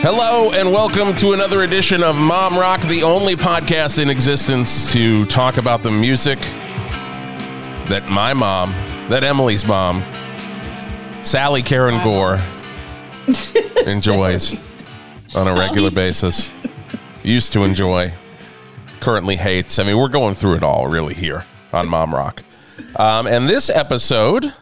Hello and welcome to another edition of Mom Rock, the only podcast in existence to talk about the music that my mom, that Emily's mom, Sally Karen Gore, enjoys on a regular basis, used to enjoy, currently hates. I mean, we're going through it all really here on Mom Rock. Um, and this episode,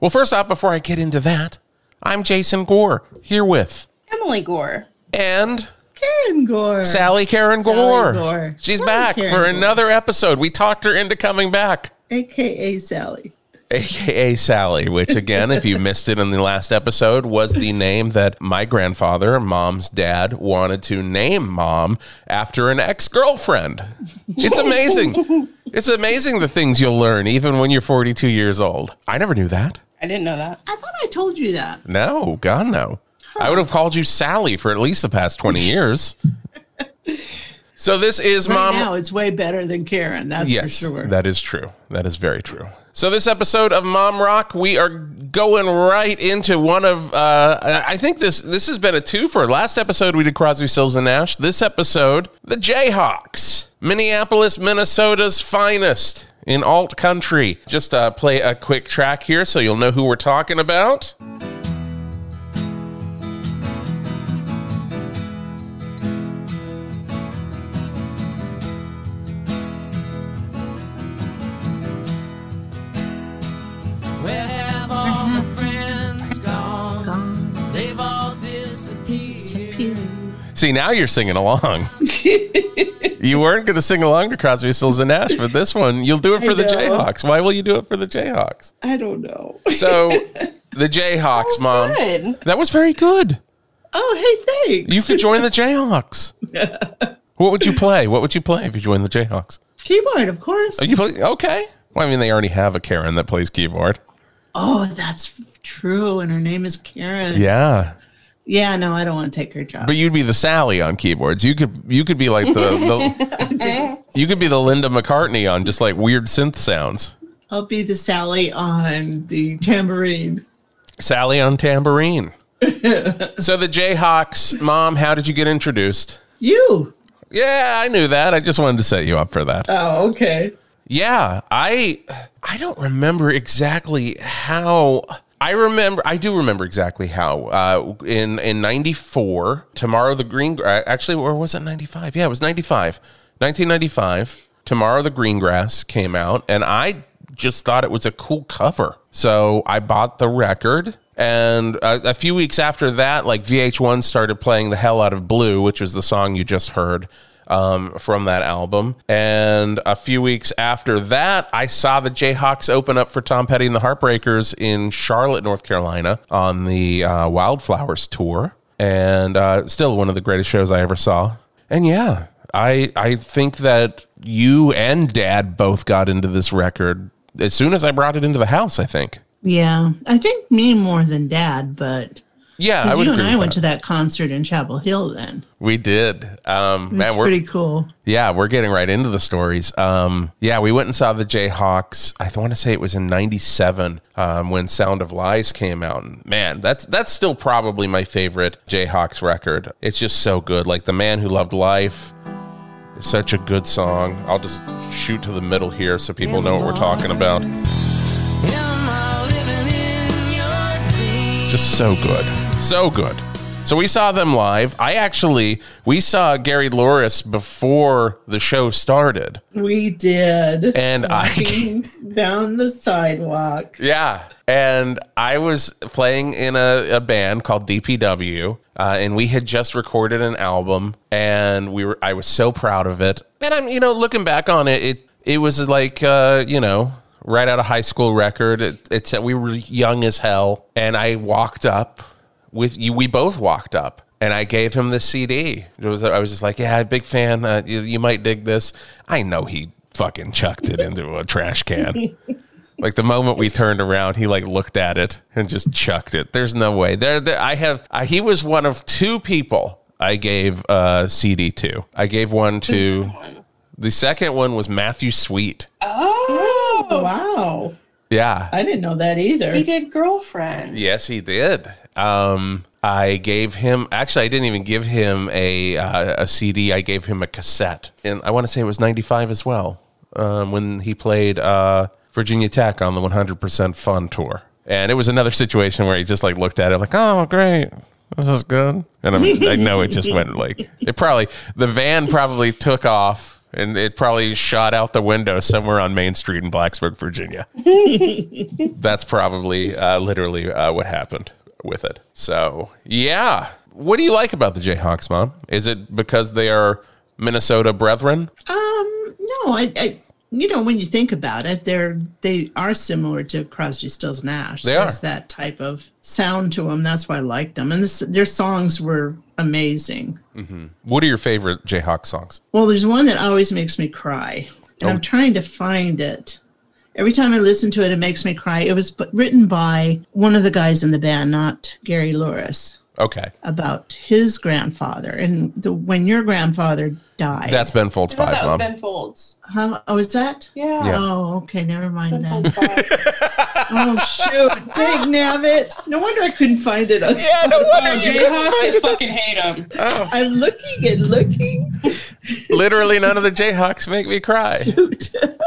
well, first off, before I get into that, I'm Jason Gore here with Emily Gore. and Karen Gore. Sally Karen Sally Gore. Gore. She's Sally back Karen for Gore. another episode. We talked her into coming back, AKA Sally. aka Sally, which again, if you missed it in the last episode, was the name that my grandfather, mom's dad, wanted to name mom after an ex girlfriend. It's amazing. it's amazing the things you'll learn even when you're 42 years old. I never knew that. I didn't know that. I thought I told you that. No, God, no. I would have called you Sally for at least the past 20 years. So this is Right mom now, it's way better than Karen. That's Yes, for sure. that is true. That is very true. So this episode of Mom Rock, we are going right into one of. Uh, I I think this this has been a twofer. Last episode we did Crosby, Stills and Nash. This episode, the Jayhawks, Minneapolis, Minnesota's finest in alt country. Just uh, play a quick track here, so you'll know who we're talking about. Where have all my friends gone? They've all disappeared. See, now you're singing along. you weren't going to sing along to Crosby, Stills and Nash, but this one you'll do it for the know. Jayhawks. Why will you do it for the Jayhawks? I don't know. So the Jayhawks, mom. Good. That was very good. Oh, hey, thanks. You could join the Jayhawks. what would you play? What would you play if you joined the Jayhawks? keyboard, of course. Oh, you play okay. Well, I mean, they already have a Karen that plays keyboard. oh, that's f- true. And her name is Karen. Yeah, Yeah, no, I don't want to take her job. but you'd be the Sally on keyboards. You could you could be like the, the you could be the Linda McCartney on just like weird synth sounds. I'll be the Sally on the tambourine. Sally on tambourine. so the Jayhawks, mom, how did you get introduced? You. Yeah, I knew that. I just wanted to set you up for that. Oh, okay. Yeah, I I don't remember exactly how I remember I do remember exactly how uh in in 94 tomorrow the green Gra- actually or was it 95? Yeah, it was 95. 1995 Tomorrow the Green Grass came out and I just thought it was a cool cover. So I bought the record and a, a few weeks after that like VH1 started playing the hell out of Blue, which was the song you just heard um, from that album. And a few weeks after that, I saw the Jayhawks open up for Tom Petty and the Heartbreakers in Charlotte, North Carolina on the uh, Wildflowers tour. And uh, still one of the greatest shows I ever saw. And yeah, I, I think that you and dad both got into this record as soon as I brought it into the house, I think. Yeah. I think me more than dad, but Yeah, I would you and agree. I with went that. to that concert in Chapel Hill then. we did. Um, man, we're, Pretty cool. Yeah, we're getting right into the stories. Um, yeah, we went and saw the Jayhawks. I want to say it was in '97 um, when "Sound of Lies" came out. And man, that's that's still probably my favorite Jayhawks record. It's just so good. Like "The Man Who Loved Life" is such a good song. I'll just shoot to the middle here so people know what we're talking about. Am I living in your dreams? Just so good, so good. So we saw them live. I actually we saw Gary Loris before the show started, We did. and I. Walking down the sidewalk. Yeah. And I was playing in a, a band called DPW, uh, and we had just recorded an album, and we were I was so proud of it. And I'm, you know, looking back on it, it it was like, uh, you know, right out of high school record. It, it said we were young as hell, and I walked up with you. We both walked up. And I gave him the CD. It was, I was just like, "Yeah, big fan. Uh, you, you might dig this." I know he fucking chucked it into a trash can. Like the moment we turned around, he like looked at it and just chucked it. There's no way. There, there I have. I, he was one of two people I gave uh, CD to. I gave one to. The second one was Matthew Sweet. Oh, Wow. Yeah. I didn't know that either. he did girlfriend. yes, he did. Um, I gave him actually I didn't even give him a uh, a CD. I gave him a cassette, and I want to say it was '95 as well um, when he played uh, Virginia Tech on the 100% Fun tour. And it was another situation where he just like looked at it like, "Oh, great." This is good, and I'm, I know it just went like it probably. The van probably took off, and it probably shot out the window somewhere on Main Street in Blacksburg, Virginia that's probably uh, literally uh, what happened with it. So, yeah. What do you like about the Jayhawks, Mom? Is it because they are Minnesota brethren? Um, no, I, I, you know, when you think about it, they're they are similar to Crosby, Stills, and Nash. They There's are. that type of sound to them. That's why I liked them, and this, their songs were amazing. What are your favorite Jayhawk songs? Well, there's one that always makes me cry, and Oh. I'm trying to find it. Every time I listen to it, it makes me cry. It was b- written by one of the guys in the band, not Gary Lewis, Okay. about his grandfather and the when your grandfather died. That's Ben Folds I thought 5, that was Mom. Ben Folds. how oh, is that? Yeah. Yeah. Oh, okay, never mind Ben then. Folds five. Oh shoot, dig nabbit. No wonder I couldn't find it. on- yeah, no wonder Oh, you couldn't Jayhawks, find I it. fucking hate them. I'm looking and looking. Literally none of the Jayhawks make me cry.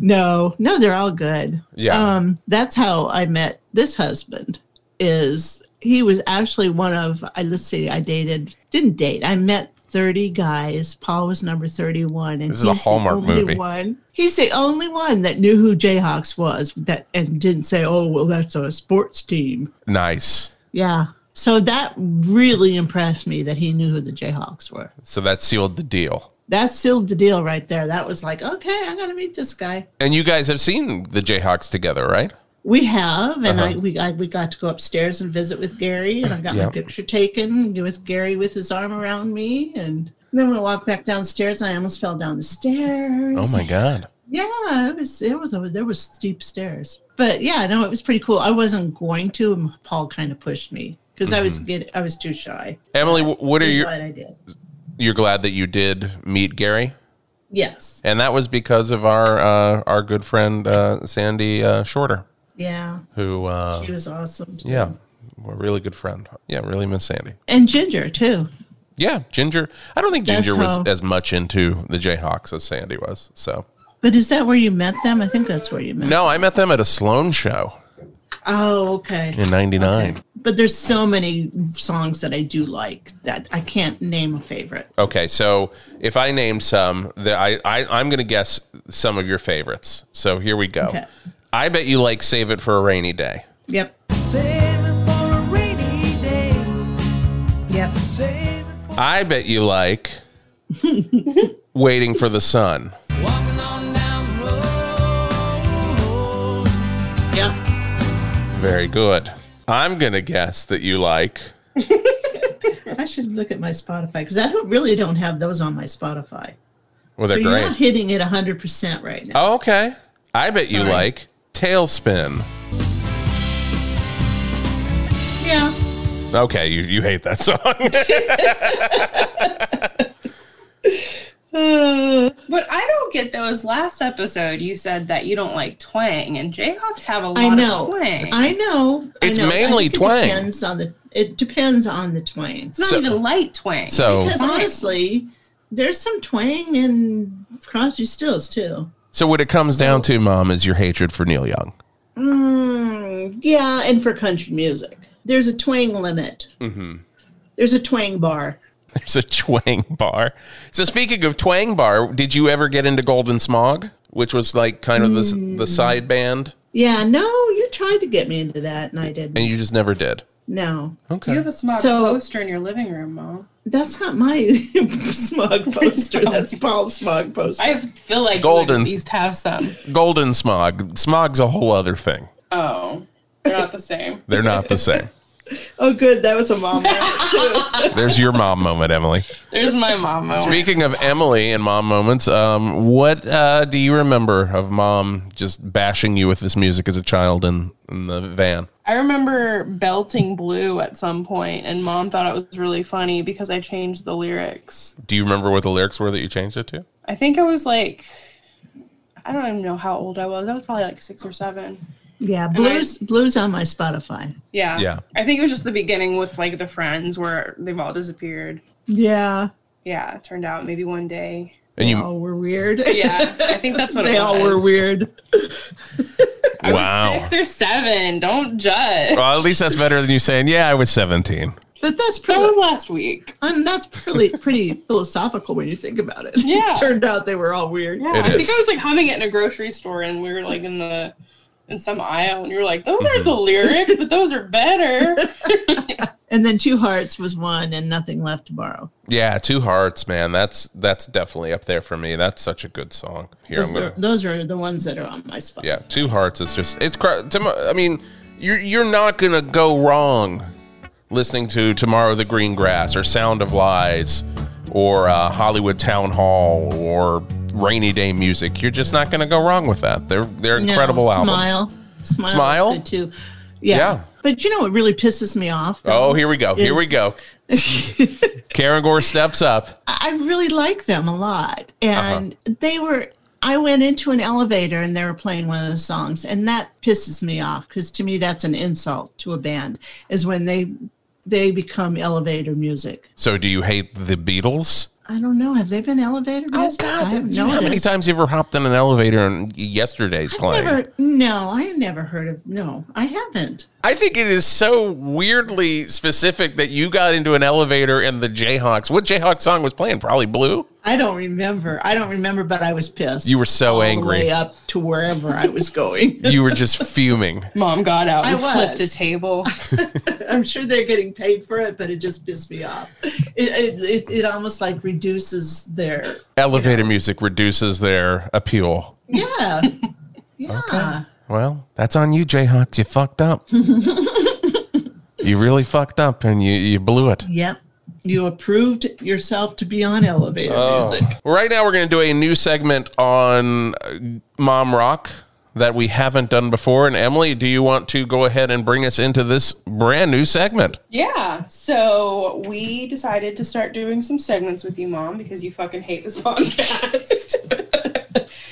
No, no, they're all good. Yeah. Um, that's how I met this husband is he was actually one of I let's see, I dated didn't date. I met 30 guys. Paul was number 31 and This is a he's Hallmark the only movie. one. He's the only one that knew who Jayhawks was that and didn't say, "Oh, well that's a sports team." nice. Yeah. So that really impressed me that he knew who the Jayhawks were. So that sealed the deal. That sealed the deal right there. That was like, okay, I'm gonna meet this guy. And you guys have seen the Jayhawks together, right? We have, and I Uh-huh. we I, we got to go upstairs and visit with Gary, and I got Yeah. my picture taken with Gary with his arm around me, and then we walked back downstairs, and I almost fell down the stairs. Oh my God. Yeah, it was it was there was steep stairs, but yeah, no, it was pretty cool. I wasn't going to, and Paul kind of pushed me because Mm-hmm. I was get I was too shy. Emily, wh- what are I'm you? glad I did. You're glad that you did meet Gary? Yes. and that was because of our uh, our good friend uh, Sandy uh, Shorter, Yeah. who uh, She was awesome. too. yeah, we're a really good friend. Yeah, really miss Sandy. And Ginger too. Yeah, Ginger. I don't think That's Ginger was how- as much into the Jayhawks as Sandy was. So But is that where you met them? I think that's where you met. no, I met them at a Sloan show Oh, okay. in '99. Okay. But there's so many songs that I do like that I can't name a favorite. so if I named some, the, I, I I'm gonna guess some of your favorites. So here we go. Okay. I bet you like "Save It for a Rainy Day." Yep. Save it for a rainy day. Yep. Save it I bet you like "Waiting for the Sun." for walking on down the road. Yep. Very good. I'm going to guess that you like. I should look at my Spotify because I don't really don't have those on my Spotify. Well, so they're you're great. not hitting it 100% right now. Oh, okay. I bet you Sorry. like Tailspin. Oh. Yeah. Okay, you, you hate that song. Uh, But I don't get those. Last episode, you said that you don't like twang, and Jayhawks have a lot I of know. twang. I know. I It's know. I mainly think it twang. Depends on the, it depends on the twang. it's not So- even light twang. so, Because honestly, there's some twang in Crosby Stills too. so what it comes down to, Mom, is your hatred for Neil Young. Mm, yeah, and for country music, there's a twang limit. Mm-hmm. There's a twang bar. There's a twang bar. So speaking of twang bar, did you ever get into Golden Smog, which was like kind of the, Mm. the side band, Yeah, no, you tried to get me into that, and I didn't. and you just never did? No, Okay. you have a smog So- poster in your living room, Mom. that's not my smog poster. That's Paul's smog poster. I feel like Golden. you would at least have some. Golden Smog. Smog's a whole other thing. Oh, they're not the same. They're not the same. oh, good, that was a mom moment too. There's your mom moment, Emily. There's my mom. moment. Speaking of Emily and mom moments, um, what uh, do you remember of mom just bashing you with this music as a child in, in the van? I remember belting blue at some point, and mom thought it was really funny because I changed the lyrics. Do you remember what the lyrics were that you changed it to? I think I was like, I don't even know how old I was. I was probably like six or seven. Yeah, blues blues on my Spotify. Yeah. Yeah. I think it was just the beginning with like the friends where they've all disappeared. Yeah, Yeah. It turned out maybe one day. And they you, all were weird. Yeah. I think that's what they it all was. were weird. I was wow. Six or seven. Don't judge. Well, at least that's better than you saying, "Yeah, I was 17." But that's that pretty. was last week. and that's pretty pretty philosophical when you think about it. Yeah. turned out they were all weird. Yeah. It I think is. I was like humming it in a grocery store and we were like in the in some aisle and you were like, Those aren't the lyrics, but those are better. And then two hearts was one, and nothing left to borrow. Yeah, Two Hearts, man. That's that's definitely up there for me. That's such a good song. Here, I'm Those, gonna. are, those are the ones that are on my spot. Yeah, Two Hearts is just it's. cra- tomo- I mean, you're you're not gonna go wrong listening to Tomorrow the Green Grass or Sound of Lies or uh, Hollywood Town Hall or Rainy Day Music. You're just not gonna go wrong with that. They're they're No, incredible albums. Smile, smile, Smile? Is good too. Yeah. Yeah. But you know what really pisses me off? Oh, though, here we go. Here we is- go. Karen Gore steps up. I really like them a lot. Uh-huh. And they were, I went into an elevator and they were playing one of the songs. And that pisses me off because to me, that's an insult to a band is when they they become elevator music. So, do you hate the Beatles? I don't know. Have they been elevator music? I haven't Oh, you know how many noticed. times you ever hopped in an elevator and yesterday's playing? Never, no, I never heard of, no, I haven't. I think it is so weirdly specific that you got into an elevator and the Jayhawks. What Jayhawk song was playing? Probably Blue. I don't remember. I don't remember, but I was pissed. You were so all the angry. way up to wherever I was going. You were just fuming. Mom got out I and flipped a was. table. I'm sure they're getting paid for it, but it just pissed me off. It it, it, it almost like reduces their Elevator music reduces their appeal. yeah yeah. Well, that's on you, Jayhawks. You fucked up. you really fucked up and you, you blew it. Yep, you approved yourself to be on elevator Oh. music. Right now, we're going to do a new segment on uh, Mom Rock that we haven't done before. And Emily, do you want to go ahead and bring us into this brand new segment? Yeah. So we decided to start doing some segments with you, Mom, because you fucking hate this podcast.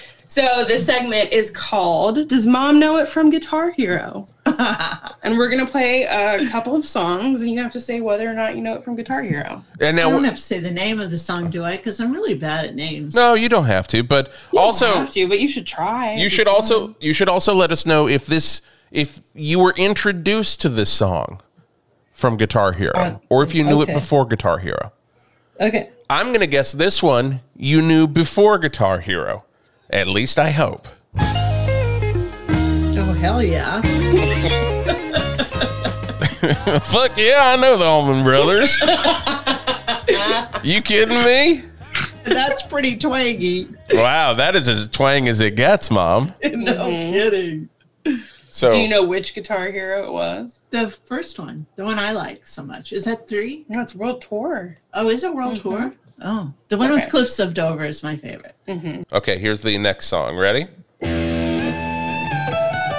so this segment is called Does Mom Know It from Guitar Hero? and we're going to play a couple of songs, and you have to say whether or not you know it from Guitar Hero. And I now, don't have to say the name of the song, do I? Because I'm really bad at names. no, you don't have to, but you also don't have to, but you should try. you should also you should also let us know if this if you were introduced to this song from Guitar Hero Uh, or if you knew it okay. before Guitar Hero. Okay, I'm going to guess this one you knew before Guitar Hero. At least I hope. oh hell yeah, Fuck yeah, I know the Allman Brothers. you kidding me? that's pretty twangy. Wow, that is as twang as it gets, Mom. No Mm-hmm. kidding. So Do you know which Guitar Hero it was? The first one, the one I like so much, is that three? No, it's World Tour. Oh, is it World Tour? Oh, the one Okay. with Cliffs of Dover is my favorite. okay, here's the next song. Ready?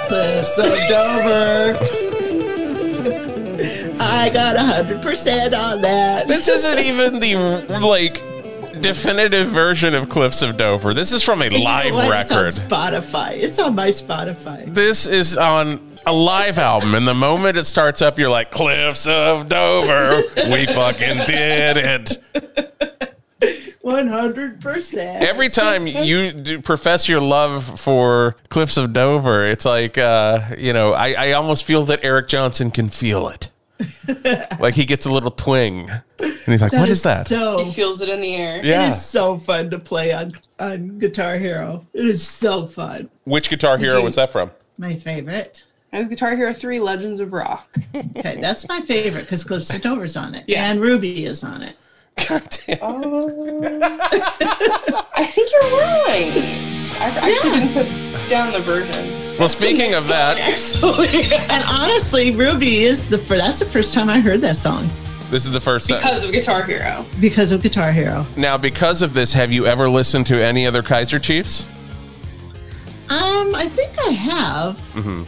Cliffs of Dover. I got a hundred percent on that. This isn't even the like definitive version of Cliffs of Dover. This is from a live You know what? record. It's on Spotify. It's on my Spotify. This is on a live album, and the moment it starts up, you're like, Cliffs of Dover, we fucking did it. One hundred percent. Every time you do profess your love for Cliffs of Dover, it's like, uh, you know, I, I almost feel that Eric Johnson can feel it. like he gets a little twing. And he's like, what is, that? So He feels it in the air. yeah. it is so fun to play on on Guitar Hero. It is so fun. Which Guitar Hero was that from? My favorite. It was Guitar Hero 3 Legends of Rock. Okay, that's my favorite because Cliffs of Dover's on it, Yeah. and Ruby is on it. God damn. Oh. I think you're right. I I actually didn't put down the version. Well, speaking of that, Actually, And honestly, Ruby is the fir- that's the first time I heard that song this is the first time. because of Guitar Hero. because of Guitar Hero. Now, because of this, have you ever listened to any other Kaiser Chiefs? Um, I think I have,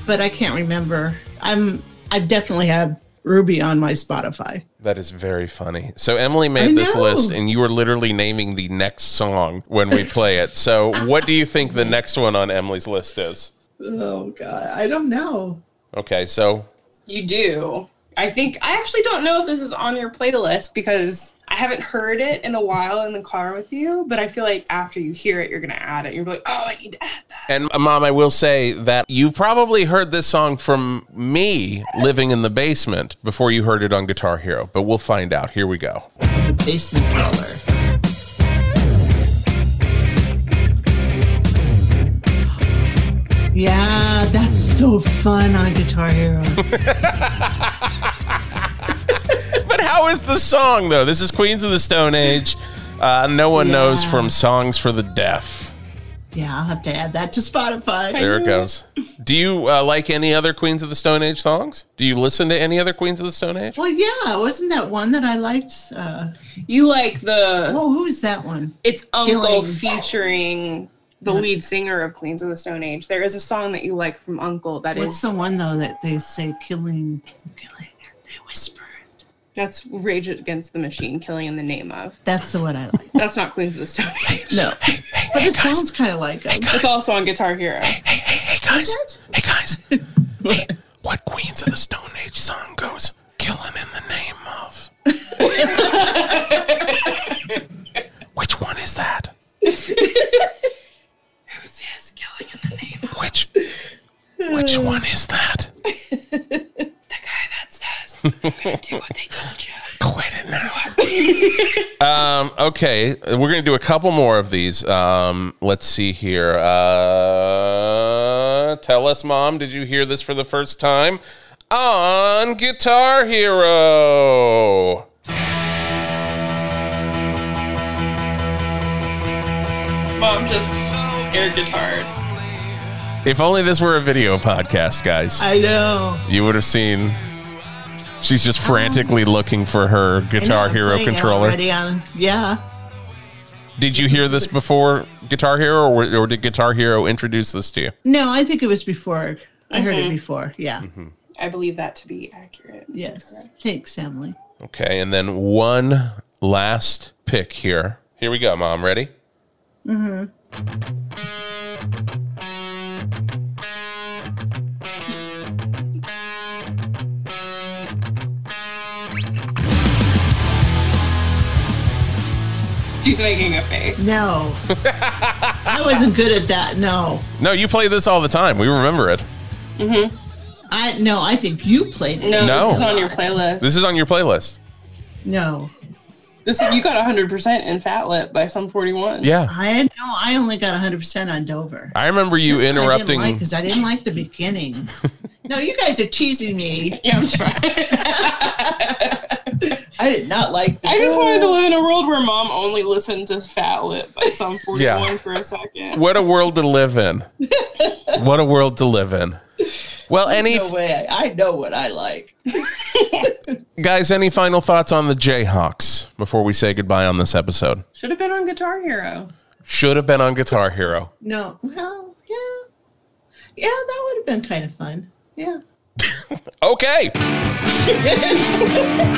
but I can't remember. I'm I definitely have Ruby on my Spotify. That is very funny. So Emily made this know. list, and you were literally naming the next song when we play it. So, what do you think the next one on Emily's list is? Oh God, I don't know. Okay, so You do. I think I actually don't know if this is on your playlist because I haven't heard it in a while in the car with you, but I feel like after you hear it, you're gonna add it. You're like, oh, I need to add that. and uh, mom, I will say that you probably heard this song from me living in the basement before you heard it on Guitar Hero, but we'll find out. Here we go. Basement dweller. Yeah, that's so fun on Guitar Hero. But how is the song though? This is Queens of the Stone Age. Uh, no one knows Yeah. from Songs for the Deaf. yeah, I'll have to add that to Spotify. There it know. goes. Do you uh, like any other Queens of the Stone Age songs? Do you listen to any other Queens of the Stone Age? Well, yeah, wasn't that one that I liked? Uh, You like the oh, who is that one? it's Uncle Killing. featuring the lead singer of Queens of the Stone Age. There is a song that you like from Uncle that is What's the one though that they say killing, killing, and they whisper? it? that's Rage Against the Machine, killing in the name of. That's the one I like. That's not Queens of the Stone Age. No, but it sounds kind of like it. It's also on Guitar Hero. Hey guys, Is hey guys. what Queens of the Stone Age song goes? Killing in the name of. Which one is that? Who's this? Killing in the name of Which Which one is that? the guy that says "You're gonna do what they told you. Quit it now. um, okay, we're gonna do a couple more of these. Um, let's see here. Uh, tell us, mom, did you hear this for the first time on Guitar Hero? Mom just air guitar. If only this were a video podcast, guys, I know. you would have seen. She's just frantically looking for her Um, I know, Guitar I'm Hero playing it controller. already on- yeah. Did you hear this before Guitar Hero, or, or did Guitar Hero introduce this to you? No, I think it was before. I heard Mm-hmm. it before. Yeah. Mm-hmm. I believe that to be accurate. Yes. Thanks, Emily. Okay, and then one last pick here. Here we go, Mom. Ready? She's making a face. No. I wasn't good at that. No. No, you play this all the time. We remember it. I no, I think you played it. No, No. this is on your playlist. This is on your playlist. No. This you got 100% in Fat Lip by Sum 41. Yeah. I had no, I only got 100% on Dover. I remember you interrupting. because I, didn't like the beginning. no, you guys are teasing me. Yeah, I'm sorry. I did not like this. I just wanted to Uh. live in a world where mom only listened to Fat Lip by Sum 41 Yeah. for a second. what a world to live in. what a world to live in. Well, any no way. I know what I like. guys, any final thoughts on the Jayhawks before we say goodbye on this episode? Should have been on Guitar Hero. Should have been on Guitar Hero. No. Well, yeah. Yeah, that would have been kind of fun. Yeah. Okay.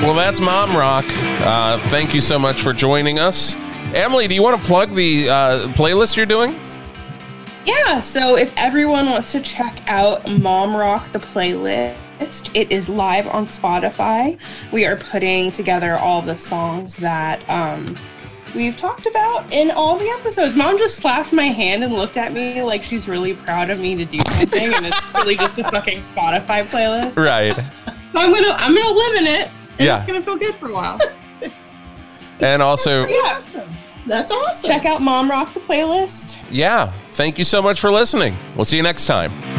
well, that's Mom Rock. Uh, thank you so much for joining us. Emily, do you want to plug the uh, playlist you're doing? Yeah, so if everyone wants to check out Mom Rock the playlist, it is live on Spotify. We are putting together all the songs that um, we've talked about in all the episodes. Mom just slapped my hand and looked at me like she's really proud of me to do something, and it's really just a fucking Spotify playlist. Right. So I'm gonna I'm gonna live in it, and Yeah. it's gonna feel good for a while. And also, yeah, Awesome. That's awesome. check out Mom Rock the playlist. yeah, thank you so much for listening. We'll see you next time.